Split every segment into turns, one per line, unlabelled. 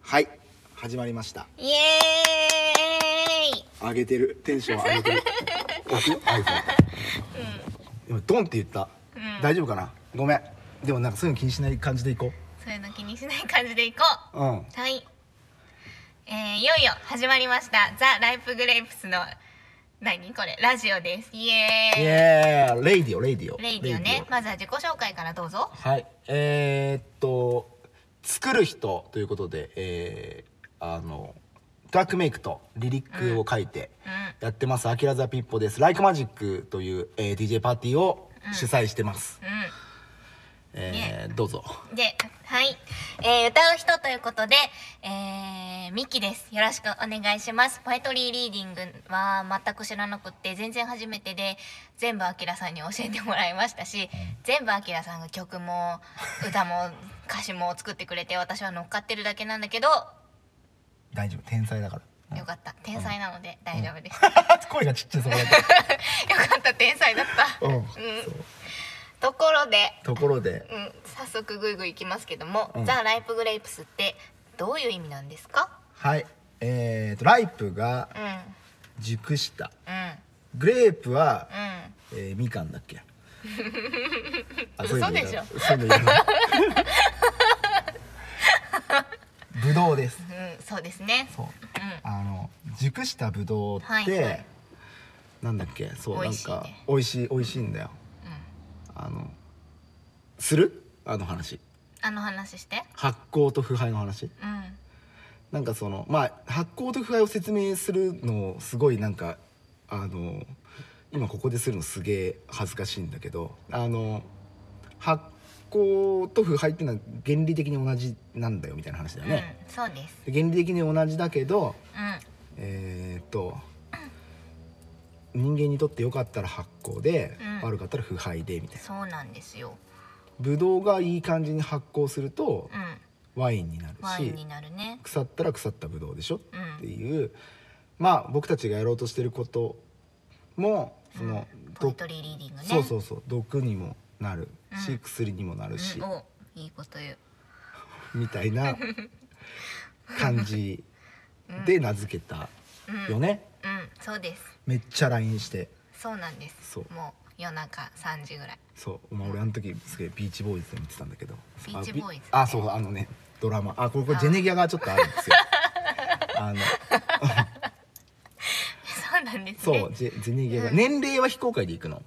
はい始まりました
イエーイ
上げてるテンション上げ てる僕アイドル今ドンって言った、
うん
大丈夫かなごめんでもなんかすぐ気にしない感じでいこ
そういうの気にしない感じでいこ
ううん
うはいえー、いよいよ始まりました「ザ・ライプグレープスの何これラジオですイエ
イ
ーイ
エーイレイディオレイディオ
レイデ
レ
ィオ
イ
ねまずは自己紹介からどうぞ
はいえー、っと作る人ということでえー、あのトラックメイクとリリックを書いて
うん
やってます、アキラザピッポですライクマジックという、えー DJ パーティーを主催してます、
う
えーどうぞ
んではい、えー、歌う人ということでえー、ミキですよろしくお願いしますポエトリーリーディングは全く知らなくって全然初めてで全部アキラさんに教えてもらいましたし全部アキラさんが曲も歌も 歌詞も作ってくれて私は乗っかってるだけなんだけど
大丈夫天才だから
よかった天才なので大丈夫です、
声がちっちゃいそこだ
よかった天才だった、
け、うん
ところで
ところで
うん、早速グイグイいきますけども、
うん
ザ・ライプグレープスってどういう意味なんですか
はいえー、とライプが
うんうん
熟した
う
グレープは、
ん
えーみかんだっ けあそう
嘘
いうのい
でし
ら
ょ
ないそういうのいら ないぶどうです
うんそうですね
そう
う
あの熟したぶどうって、
はいはい
なんだっけそう
美
なん
味しいね
か美味しい美味しいんだよ
ん、うん、
あのするあの話
あの話して
発酵と腐敗の話
うん
なんかそのまあ発酵と腐敗を説明するのすごいなんかあの今ここでするのすげえ恥ずかしいんだけどあの発酵と腐敗っていうのは原理的に同じなんだよみたいな話だよね、
うん、そうです
で原理的に同じだけど
うん
えーっと人間にとって良かったら発酵で、
うん
悪かったら腐敗でみたいな
そうなんですよ
ブドウがいい感じに発酵すると
うん
ワインになるし
ワインになるね
腐ったら腐ったブドウでしょ
う
って
ん
いう、まあ僕たちがやろうとしてることもその、
ポ
ど
エトリーリーディングね
そうそうそう毒にもなるし、
うん
薬にもなるし、
うん、おいいこと言う
みたい な感じで名付けた
うん
よね、
うんそうです
めっちゃ LINE して
そうなんです
そう
もう夜中3時ぐらい
そう、まあ、俺あの時すげえビーチボーイズで見てたんだけど
ビーチボーイズ
あビあそうあのねドラマあこれこれ
あ
ジェネギアがちょっとあるん ですよあの
そうなんですね
そうジェジェネギアが年齢は非公開でいくの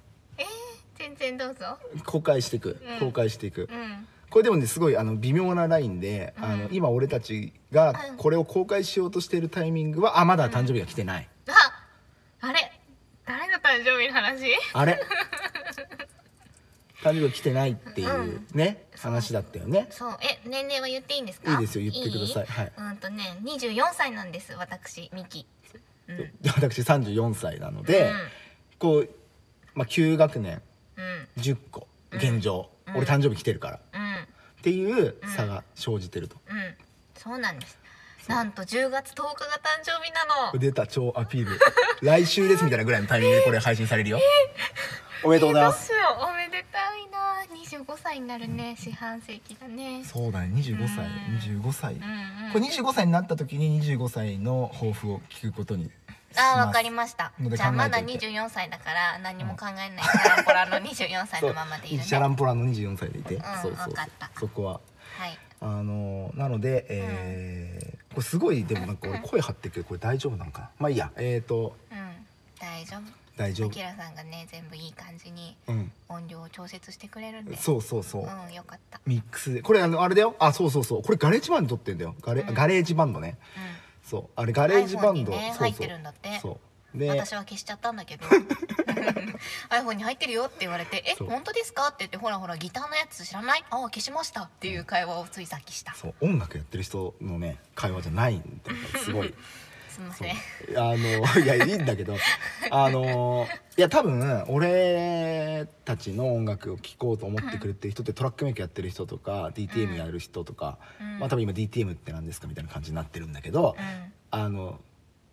全然どうぞ
公開していく
うん
公開していく、
うん
これでもねすごいあの微妙なラインで、
うん
あの今俺たちが
うん
これを公開しようとしているタイミングはあまだ誕生日が来てない、
ああれ誰の誕生日の話
あれ誕生日が来てないっていうね、
ん
話だったよね
そうえ年齢は言っていいんですか
いいですよ言ってくださいはい
うんとね24歳なんです私ミキうんうん
私34歳なので、こう、まあ、9学年
うん
10個現状、
うん
俺誕生日来てるから
うん
っていう差が生じてると、
うんそうなんですなんと10月10日が誕生日なの
出た超アピール来週ですみたいなぐらいのタイミングでこれ配信されるよおめでとうございます
えどうしようおめでたいな25歳になるね四半世紀だね
そうだね25歳
うん
25歳
うんうん
これ25歳になった時に25歳の抱負を聞くことにします
あーわかりました
ので
じゃあ
考え
ま
てお
だ
いて
24歳だから何も考えないからこらの24歳のままでいるね
シャランポランの24歳でいて、そうそう
わかった
そこは
はい
あのーなので、えーこれすごいでもなんか俺声張ってるけどこれ大丈夫なんかなまあいいやえー、と
うん大丈夫
大丈
あ
夫
きらさんがね全部いい感じに
うん
音量を調節してくれるんで
そうそうそう、
うんよかった
ミックスでこれあのあれだよあそうそうそうこれガレージバンド撮ってんだよガレ,、
うん
ガレージバンドね
う
そうあれガレージバン
iPhone に
ド、
ね
そうそう
入ってるんだって
そう
うん
で
私は消しちゃったんだ けど iPhone に入ってるよって言われて「え
そう
本当ですか?」って言って「ほらほらギターのやつ知らないああ消しました」っていう会話をついさっきした
そう音楽やってる人のね会話じゃないんだよすごい
すみま
そ
せ
うんあのいやいいんだけ どあのいや多分俺たちの音楽を聴こうと思ってくれてる人ってトラックメイクやってる人とか DTM やる人とか、
うん
まあ多分今 DTM って何ですかみたいな感じになってるんだけど、
うん
あの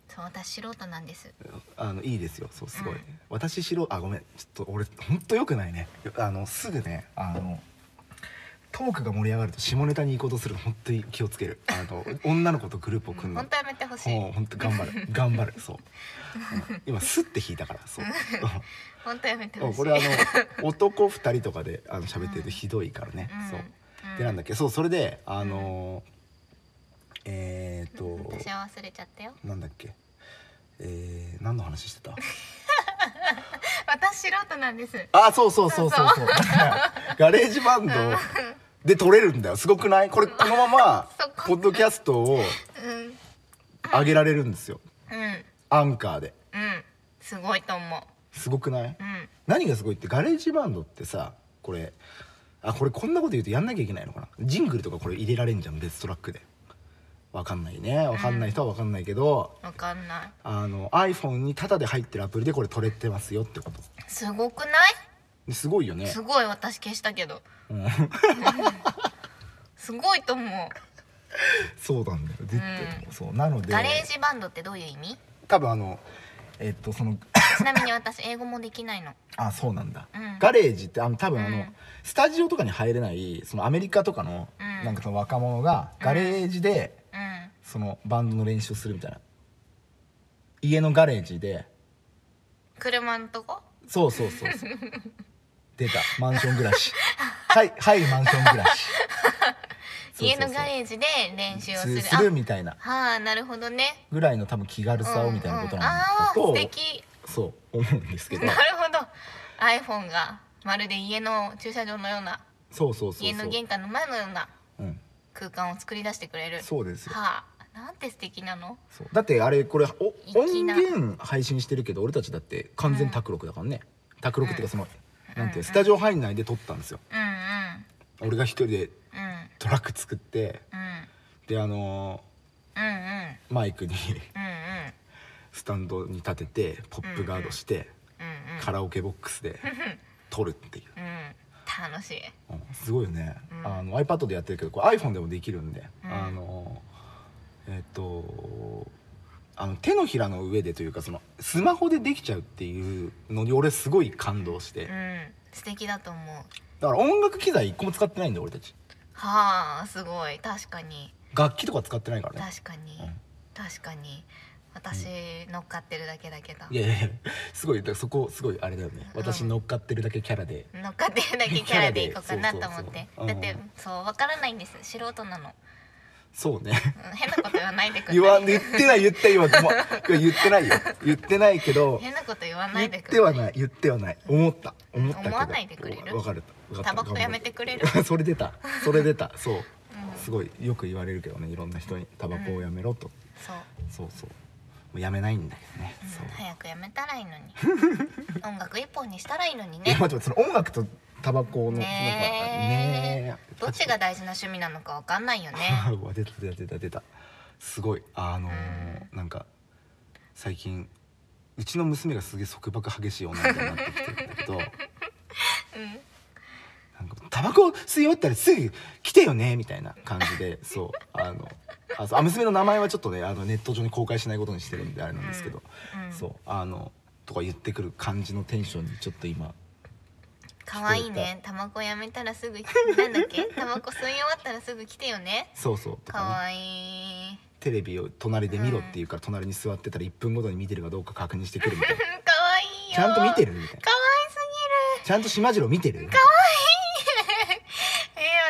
そう私素人なんです
あのいいですよそうすごい、
うん
私しろあごめんちょっと俺ほんとよくないねあのすぐねあのトークが盛り上がると下ネタに行こうとするの本当に気をつけるあの女の子とグループを組んで
本当やめてほし
もう
い
本当頑張る頑張るそううん今スッて引いたからそう
本当やめて
う
ほ
ん
しい
これあの男2人とかであの喋ってるとひどいからね、
うん
そう
うん
でなんだっけそうそれであのーえー、っと
私は忘れちゃったよ
なんだっけえー、何の話してた
私素人なんです
あそうそうそうそうそうガレージバンドで撮れるんだよすごくないこれこのまま
そこ
ポッドキャストを
うんうん
上げられるんですよアンカーで
うんすごいと思う
すごくない
うん
何がすごいってガレージバンドってさこれあこれこんなこと言うとやんなきゃいけないのかなジングルとかこれ入れられんじゃん別トラックでわかんないねわかんない人はわかんないけど、
わかんない
あの iPhone にタダで入ってるアプリでこれ撮れてますよってこと
すごくな
ですごいよ
い
ね
すごい私消したけど
うん
すごいと思う
そうなんだよ絶対、そうなので
ガレージバンドってどういう意味
多分あのえっとその
ちなみに私英語もできないの
あそうなんだ、
うん
ガレージってあの多分あの、
うん
スタジオとかに入れないそのアメリカとかの、
うん
なんかその若者がガレージで、
うん
そのバンドの練習をするみたいな家のガレージで
車のとこ
そうそうそう そう出たマンション暮らしはいはいマンション暮らし
家のガ
ー
レージで練習をする
するみたいな
あはあなるほどね
ぐらいの多分気軽さをみたいなことなんだ
うんうんあー
と、
素敵
そう思うんですけど
なるほど iPhone がまるで家の駐車場のような
そうそうそうそう
家の玄関の前のような
うん、
空間を作り出してくれる
そうですよ
はあなんて素敵なの
そうだってあれこれお音
粋な
源配信してるけど俺たちだって完全卓録だからね卓録っていうかその、
うん
なんていううんスタジオ範囲内で撮ったんですよ
うんうん
俺が一人で
うん
トラック作って
うん
であの
うんうん
ーマイクに
うんうん
スタンドに立ててポップガードして、
うんうん
カラオケボックスで撮るっていう、
うん楽しい
うんすごいよね、
うん
あの iPad でやってるけどこれ iPhone でもできるんで、
うん
あのーえっ、とあの手のひらの上でというかそのスマホでできちゃうっていうのに俺すごい感動して、
うん素敵だと思う
だから音楽機材一個も使ってないんだよ俺たち
はあすごい確かに
楽器とか使ってないからね
確かに、
うん
確かに私乗っかってるだけだけど
いやいやいやすごいだからそこすごいあれだよね私乗っかってるだけキャラで、
乗っかってるだけキャラでいこうかな
キャ
と
ラで
思って
そうそうそう
だって
うん
そうわからないんです素人なの、
そうね
うん変なこと言わないでください
言わん言ってない言って今もう今言ってないよ言ってないけど
変なこと言わな
言
い
っ
でく
ては
さい
ない言ってはない思った思ったけど
思わないでくれる
わかるわかった
タバコやめてくれる
頑張る それ出たそれ出 たそう、
うん
すごいよく言われるけどねいろんな人にタバコをやめろと、
そう、
そうそうもうやめないんだけどね、
うん
そう
早くやめたらいい のに音楽一本にしたらいいのに
いや
ね
待って待ってその音楽とタバコの
ねえ
ねえ
どっちが大事な趣味なのかわかんない よね
うわ出た出た出た出たすごいあのーなんか最近うちの娘がすげえ束縛激しい女みたいになってきてるんだけどなんかタバコ吸い終わったらすぐ来てよねみたいな感じ でそうあのあそうあ娘の名前はちょっとねあのネット上に公開しないことにしてるんであれなんですけど、
うんうん
そうあのとか言ってくる感じのテンションにちょっと今
可愛いねタバコやめたらすぐ来てなんだっけタバコ吸い終わったらすぐ来てよね
そうそうとかね
可愛い
テレビを隣で見ろって言うから隣に座ってたら1分ごとに見てるかどうか確認してくるみたいな
可愛いよ
ちゃんと見てるみたいな
可愛す
ちゃんと島次郎見てる
ぎるえ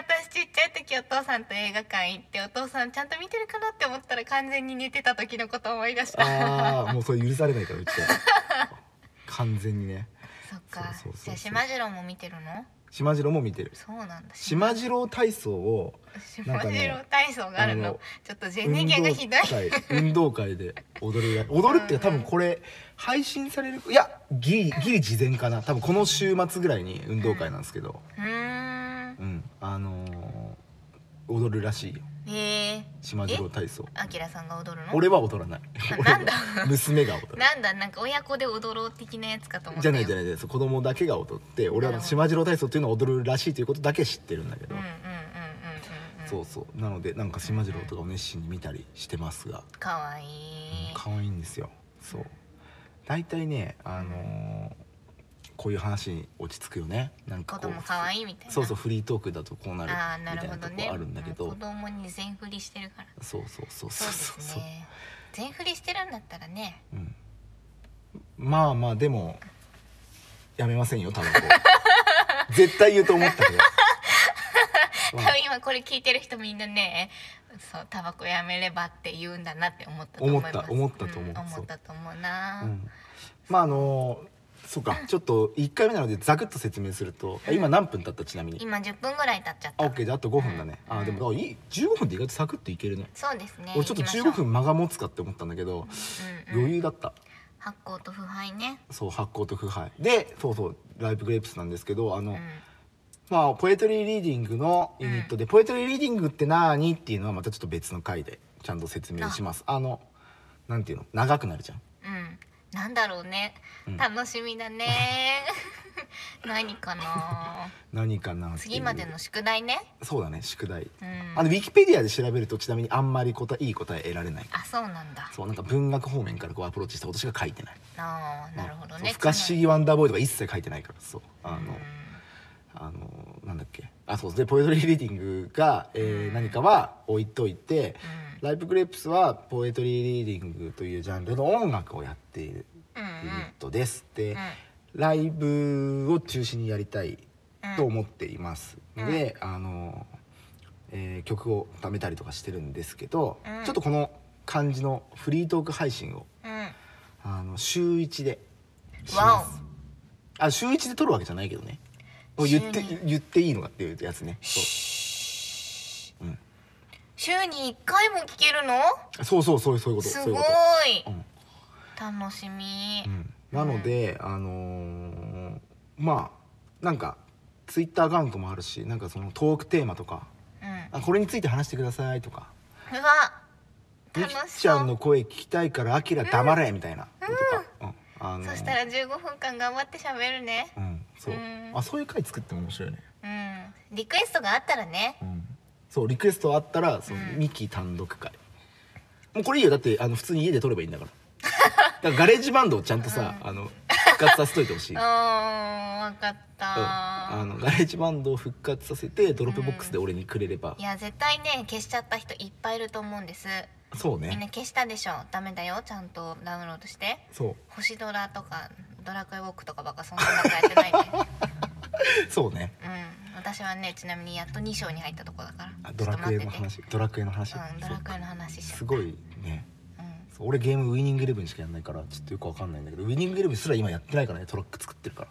ー、私ちっちゃい時お父さんと映画館行ってお父さんちゃんと見てるかなって思ったら完全に寝てた時のことを思い出した
ああもうそれ許されないからうちは完全にね
そっか
そうそうそうそう
じゃあ島次郎も見てるの
島次郎も見てる
そうなんだ
島次郎体操を
島
なんかね
次郎体操があるの
あの
ちょっとジェネギャがひどい
運動会運動会で踊るら踊るっていうか多分これ配信されるいやギリギリ事前かな多分この週末ぐらいに運動会なんですけど
うーん
うんあのー踊るらしいよ
えー、
島次郎体操
あきらさんが踊るの
俺は踊らない
あなんだ
俺は娘が踊る
なんだなんか親子で踊ろう的なやつかと思った
じゃ
よ
ないじゃないじゃないそう子供だけが踊って俺はあの島次郎体操っていうのを踊るらしいということだけ知ってるんだけど、
うんうんうんうんうん
そうそうなのでなんか島次郎とかを熱心に見たりしてますが
うんかわいい
可愛いんですよそう大体ねあのーこういう話に落ち着くよねなんか
子
こう
供可愛いみたいな
そうそうフリートークだとこうなる
ああな
み
る
たい
ほ
な
ど
と
ね
こあるんだけど
子供に全振りしてるから
そうそうそう
そ
そううそう
です
そう、
ね全振りしてるんだったらね
うん、まあまあでもやめませんよタバコ 絶対言うと思ったけど、
多
まあ
分今これ聞いてる人みんなねそうタバコやめればって言うんだなって思ったと思います
思った思ったと思うん
思ったと思うな、
うんまああのそうかちょっと1回目なのでざくっと説明すると今何分経ったちなみに
今10分ぐらい経っちゃっ
あ
た
OK であと5分だね
うん
あでもあいい15分で意外とサクッといけるね
そうですね
俺ちょっと
行きましょ
15
う
分間が持つかって思ったんだけど
うんうん
余裕だった
発酵と腐敗ね
そう発酵と腐敗でそうそうライブグレープスなんですけどあの、
うん
まあ、ポエトリーリーディングのユニットで、ポエトリーリーディングって何っていうのはまたちょっと別の回でちゃんと説明しますあのなんていうの長くなるじゃん
うんなんだろうね、
うん
楽しみだ ね何かな
何かなっていう
次までの宿題ね
そうだね宿題、
うん
あのウィキペディアで調べるとちなみにあんまり答えいい答え得られない
あそうなんだ
そうなんか文学方面からこうアプローチしたことしか書いてない
あーなるほど
そう
ね
不可思議ワンダーボーイとか一切書いてないからそうあ
うん
の、あのなんだっけあそうでポエトリーリーディングが、えー何かは置いといて、
う
ライブグレープスはポエトリーリーディングというジャンルの音楽をやっている
うん
ユニットです、で
うん
ライブを中心にやりたい
うん
と思っていますので、あのえー曲を貯めたりとかしてるんですけど、
うん
ちょっとこの感じのフリートーク配信を
うん
あの週1でし
わ
ますあ週1で撮るわけじゃないけどねもう言って
週
言っていいのかっていうやつねそ
週に1回も聞けるの
うそうそうそうそういうこと
す
そういう
ごい
ことうん
楽しみ、
うんなので、あのーまあなんかツイッターアカウントもあるしなんかそのトークテーマとか
うん
あこれについて話してくださいとか
うわ
ゆ
楽
き
し
ちゃ
そ
んの
う
声聞きたいからあきら黙れみたいなのとか、うんあのー
そしたら15分間頑張って喋るね
うんそう
うん
あそういう回作っても面白いね、
うんリクエストがあったらね
うん、そうリクエストあったらその
うん
ミキ単独会、もうこれいいよだってあの普通に家で撮ればいいんだから だからガレージバンドをちゃんとさ、あの復活させといてほ しい
うーん分かった
うんあのガレージバンドを復活させてドロップボックスで俺にくれれば
い、や絶対ね消しちゃった人いっぱいいると思うんです
そう
みんな
ね
消したでしょダメだよちゃんとダウンロードして
そう
星ドラとかドラクエウォークとかばっかそんなことやってないね
そうね
うん私はねちなみにやっと2章に入ったとこだから
あドラクエ
ち
の
ょっと待って
話ドラクエの話、
てうんドラクエの話し
そう
ちゃ
す
う
ごいね
うん
そう俺ゲームウィニングイレブンしかやんないからちょっとよくわかんないんだけどウィニングイレブンすら今やってないからねトラック作ってるから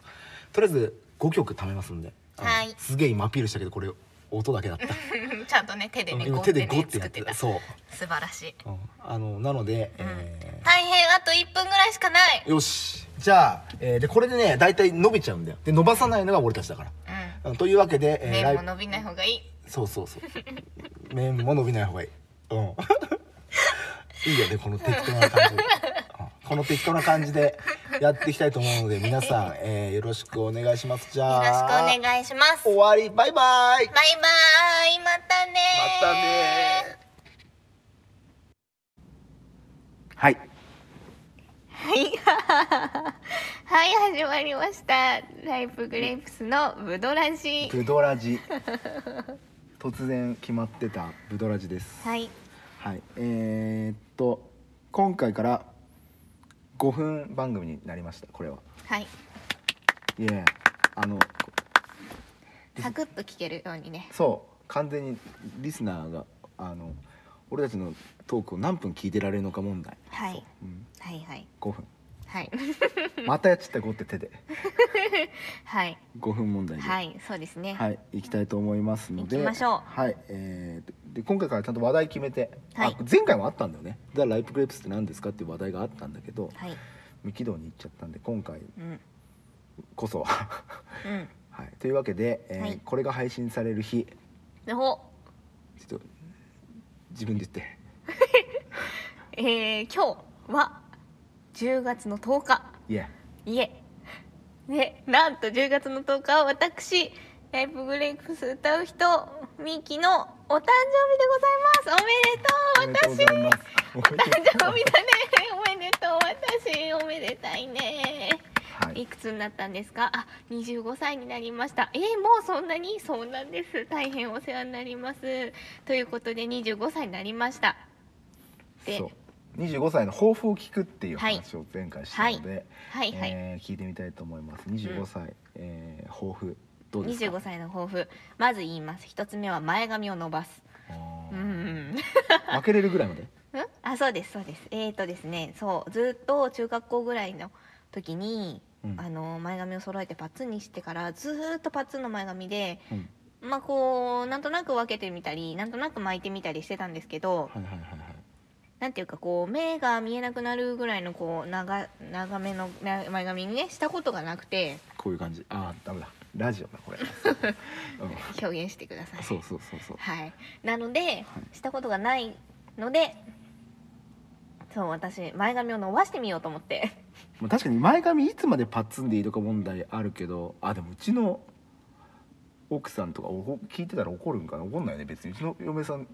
とりあえず5曲貯めますんで、あの
はい
すげえ今アピールしたけどこれ音だけだった
ちゃんとね 手でね
今
ゴ
手
ッ
で
て
ゴ
ね
ってや
作
っ
ってて
た
た素
そう、
晴らしい、
うんあのなので、
うん
え
大変あと1分ぐらいしかない
ーよしじゃあ、えーでこれでね大体伸びちゃうんだよで伸ばさないのが俺たちだから
う
うんというわけで、
ん
えー
麺も
ライ
伸びない方がいい
ブそうそうそう面も伸びない方がいいうん いいよねこの適当な感じ、うんこの適当な感じでやっていきたいと思うので皆さん、えーよろしくお願いしますじ
よろしくお
ゃあ
願いします
終わりバイバイ
バイバーイまたね
またねはい
はい始まりましたライブグレープスのブドラジ
ブドラジ突然決まってたブドラジです
はい
はいえー、っと今回から5分番組になりましたこれは
はい
いえあの
サクッと聞けるようにね
そう完全にリスナーがあの俺たちのトークを何分聞いてられるのか問題、
はい
うん、
はいはい
5分
はい
またやっちゃったこって手 で
はい
5分問題で
はいそうですね
はい、行きたいと思いますので
行きましょう
はいえーで今回からちゃんと話題決めて、
はい
あ前回もあったんだよね「ザ・ライプグレープスって何ですか?」っていう話題があったんだけど
はい
未軌道に行っちゃったんで今回
うん
こそは
うん
いというわけで、えー
はい
これが配信される日
でほ
ちょっと自分で言って
えー、今日は10月の10日
いや
いえでなんと10月の10日は私ライブグレイクス歌う人ミキのお誕生日でございますおめでとう私
いますおめで
誕
とう
生日だねおめでとう私おめでたいね
はい
いくつになったんですかあ25歳になりましたえー、もうそんなにそうなんです大変お世話になりますということで25歳になりましたで
そう25歳の抱負を聞くっていう話を前回したので、
はいはい、
えー聞いてみたいと思います25歳、えー抱負どうですか
25歳の抱負まず言います一つ目は前髪を伸ばす
あ
う
ー
ん
負けれるぐらいまで
うんあそうですそうですえー、とですねそうずっと中学校ぐらいの時に、
うん
あの前髪を揃えてパッツンにしてからずーっとパッツンの前髪で
うん
まあこうなんとなく分けてみたりなんとなく巻いてみたりしてたんですけど
はいはいはいはい
なんていうかこう目が見えなくなるぐらいのこう長長めのな前髪にねしたことがなくて
こういう感じああダメだラジオ だこれ、う
表現してください
ん、そうそうそうそう
はい、なのでしたことがないのでそう私前髪を伸ばしてみようと思って
まあ確かに前髪いつまでパッツンでいいとか問題あるけどあでもうちの奥さんとかおこ聞いてたら怒るんかな怒んないね別にうちの嫁さん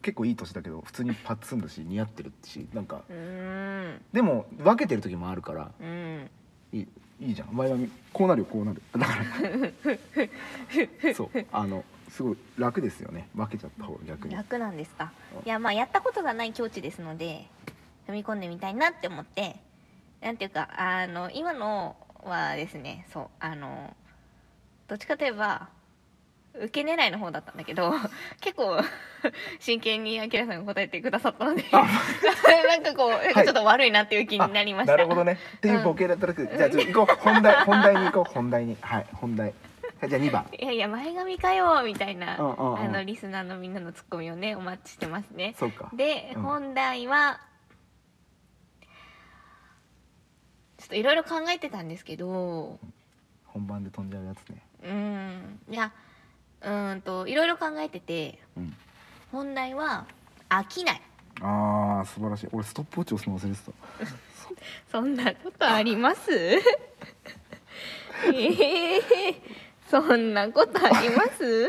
結構いい年だけど普通にパッツンだし似合ってるしなんか
うーん
でも分けてる時もあるから
うん
いいいいじゃん前髪こうなるよこうなるだから そうあのすごい楽ですよね分けちゃった方が逆に
楽なんですかいやまあやったことがない境地ですので踏み込んでみたいなって思ってなんていうかあの今のはですねそうあのどっちかといえば受け狙いの方だったんだけど 結構真剣にアキラさんが答えてくださったので なんかこうなんかちょっと悪いなっていう気になりました、
あなるほどねっていうボケだったらしいじゃあちょっと行こう本題本題に行こう本題にはい本題はいじゃあ2番
いやいや前髪かよみたいな、
うんうんうん
あのリスナーのみんなのツッコミをねお待ちしてますね
そうか
で、
うん
本題はちょっといろいろ考えてたんですけど
本番で飛んじゃうやつね
うんいやうーんといろいろ考えてて
うん
本題は飽きない
あー素晴らしい俺ストップウォッチ押すの忘れてた
そんなことあります ええそんなことあり ます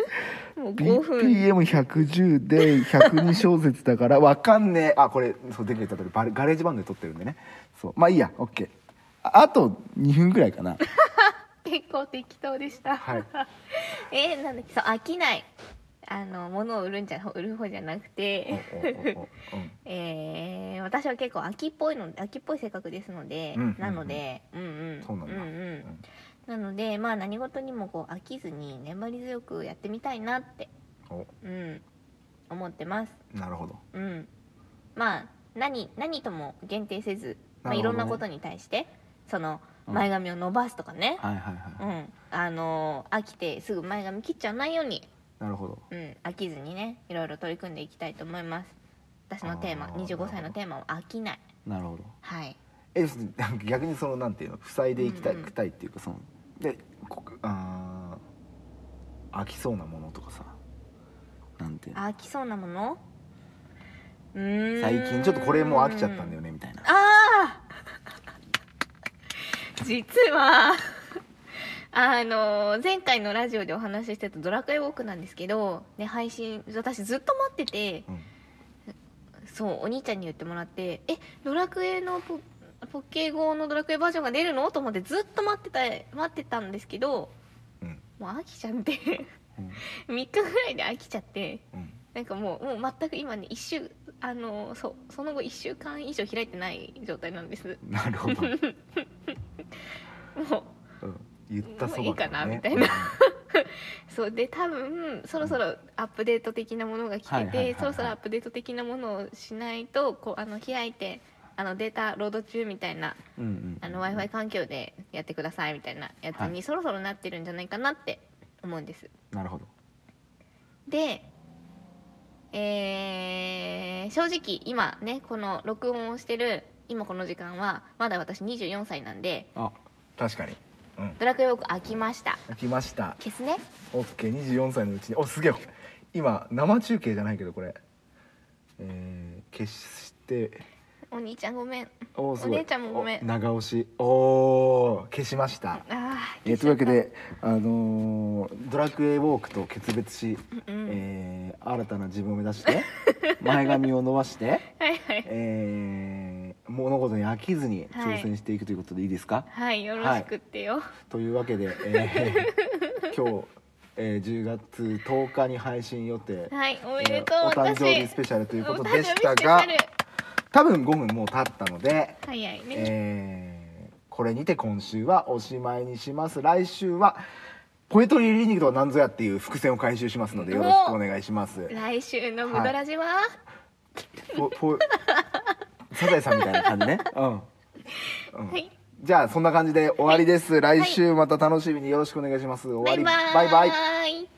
もう5分
BPM110 で102小節だからわかんねえあこれそう出てきた時バレガレージバンドで撮ってるんでねそうまあいいや OK ああと2分ぐらいかな
結構適当でした、
はい
えー、なんだっけそう飽きないあの物を売るんじゃ売る方じゃなく
おお
て、
おお
えー、私は結構飽きっぽいの飽きっぽい性格ですので、
うんうんうん
なので、うんうん、
そうなんだ
うんうんなのでまあ何事にもこう飽きずに粘り強くやってみたいなって、
うんお
うん、思ってます、
なるほど
うん、まあ何何とも限定せず、まあ、
なるほどね
いろんなことに対してその
うん
前髪を伸ばすとかね、
はいはいはい、
うん、あのー飽きてすぐ前髪切っちゃわないように、
なるほど
うん、飽きずにねいろいろ取り組んでいきたいと思います私のテーマ
あー
25歳のテーマは飽きない
なるほど
はい
えそのなんか逆にそのなんていうの塞いでいきたい,、くたいっていうかそのでこあー飽きそうなものとかさなんていうの
飽きそうなものうーん
最近ちょっとこれもう飽きちゃったんだよねみたいな
ああ 実はあのー前回のラジオでお話ししてた「ドラクエウォーク」なんですけど、ね、配信私ずっと待ってて
うん
そうお兄ちゃんに言ってもらって「えドラクエのポポケ GO のドラクエバージョンが出るの?」と思ってずっと待ってた待ってたんですけど
うん
もう飽きちゃって
うん
3日ぐらいで飽きちゃって
うん
なんかもうもう全く今ね一週あのそうその後1週間以上開いてない状態なんです
なるほど、うん、
もう
言ったそばから
もう
ね
いいかなみたいなそうで多分そろそろアップデート的なものが来
は
て
いはいはいは
て
い
そろそろアップデート的なものをしないとこうあの開いてあのデータロード中みたいな
うんうん
あの w i f i 環境でやってくださいみたいなやつ
は
にそろそろなってるんじゃないかなって思うんです。
なるほど
で、えー正直今ねこの録音をしてる今この時間はまだ私24歳なんで
あ確かにうん
「ドラクエウォーク」飽きました
飽きました
消すね
OK24 歳のうちにおすげえ今生中継じゃないけどこれえー、決して
お兄ちゃんごめん
おーすごい
お姉ちゃんもごめん
お長押しおー消しました
あ
えーというわけで、あのードラクエウォークと決別し、
うん
え ー新たな自分を目指して前髪を伸ばして、
ーはいはい
えー物事に飽きずに
はい
挑戦していくということでいいですか、
はいよろしくってよ
というわけで、えー 今日、えー10月10日に配信予定、
はい、おめでとう、
えーお誕
私
生日スペシャルということでし
お
た
誕生日スペシャ
が
ル
多分5分もう経ったので、
早いね、
えーこれにて今週はおしまいにします来週はポエトリーリーニングとは何ぞやっていう伏線を回収しますのでよろしくお願いします
来週のムドラジは、
ポポサザエさんみたいな感じねうん
はい、
じゃあそんな感じで終わりです、来週また楽しみによろしろしくお願いします終
バ
わ
イ
り
バーイ
バイバイ
イ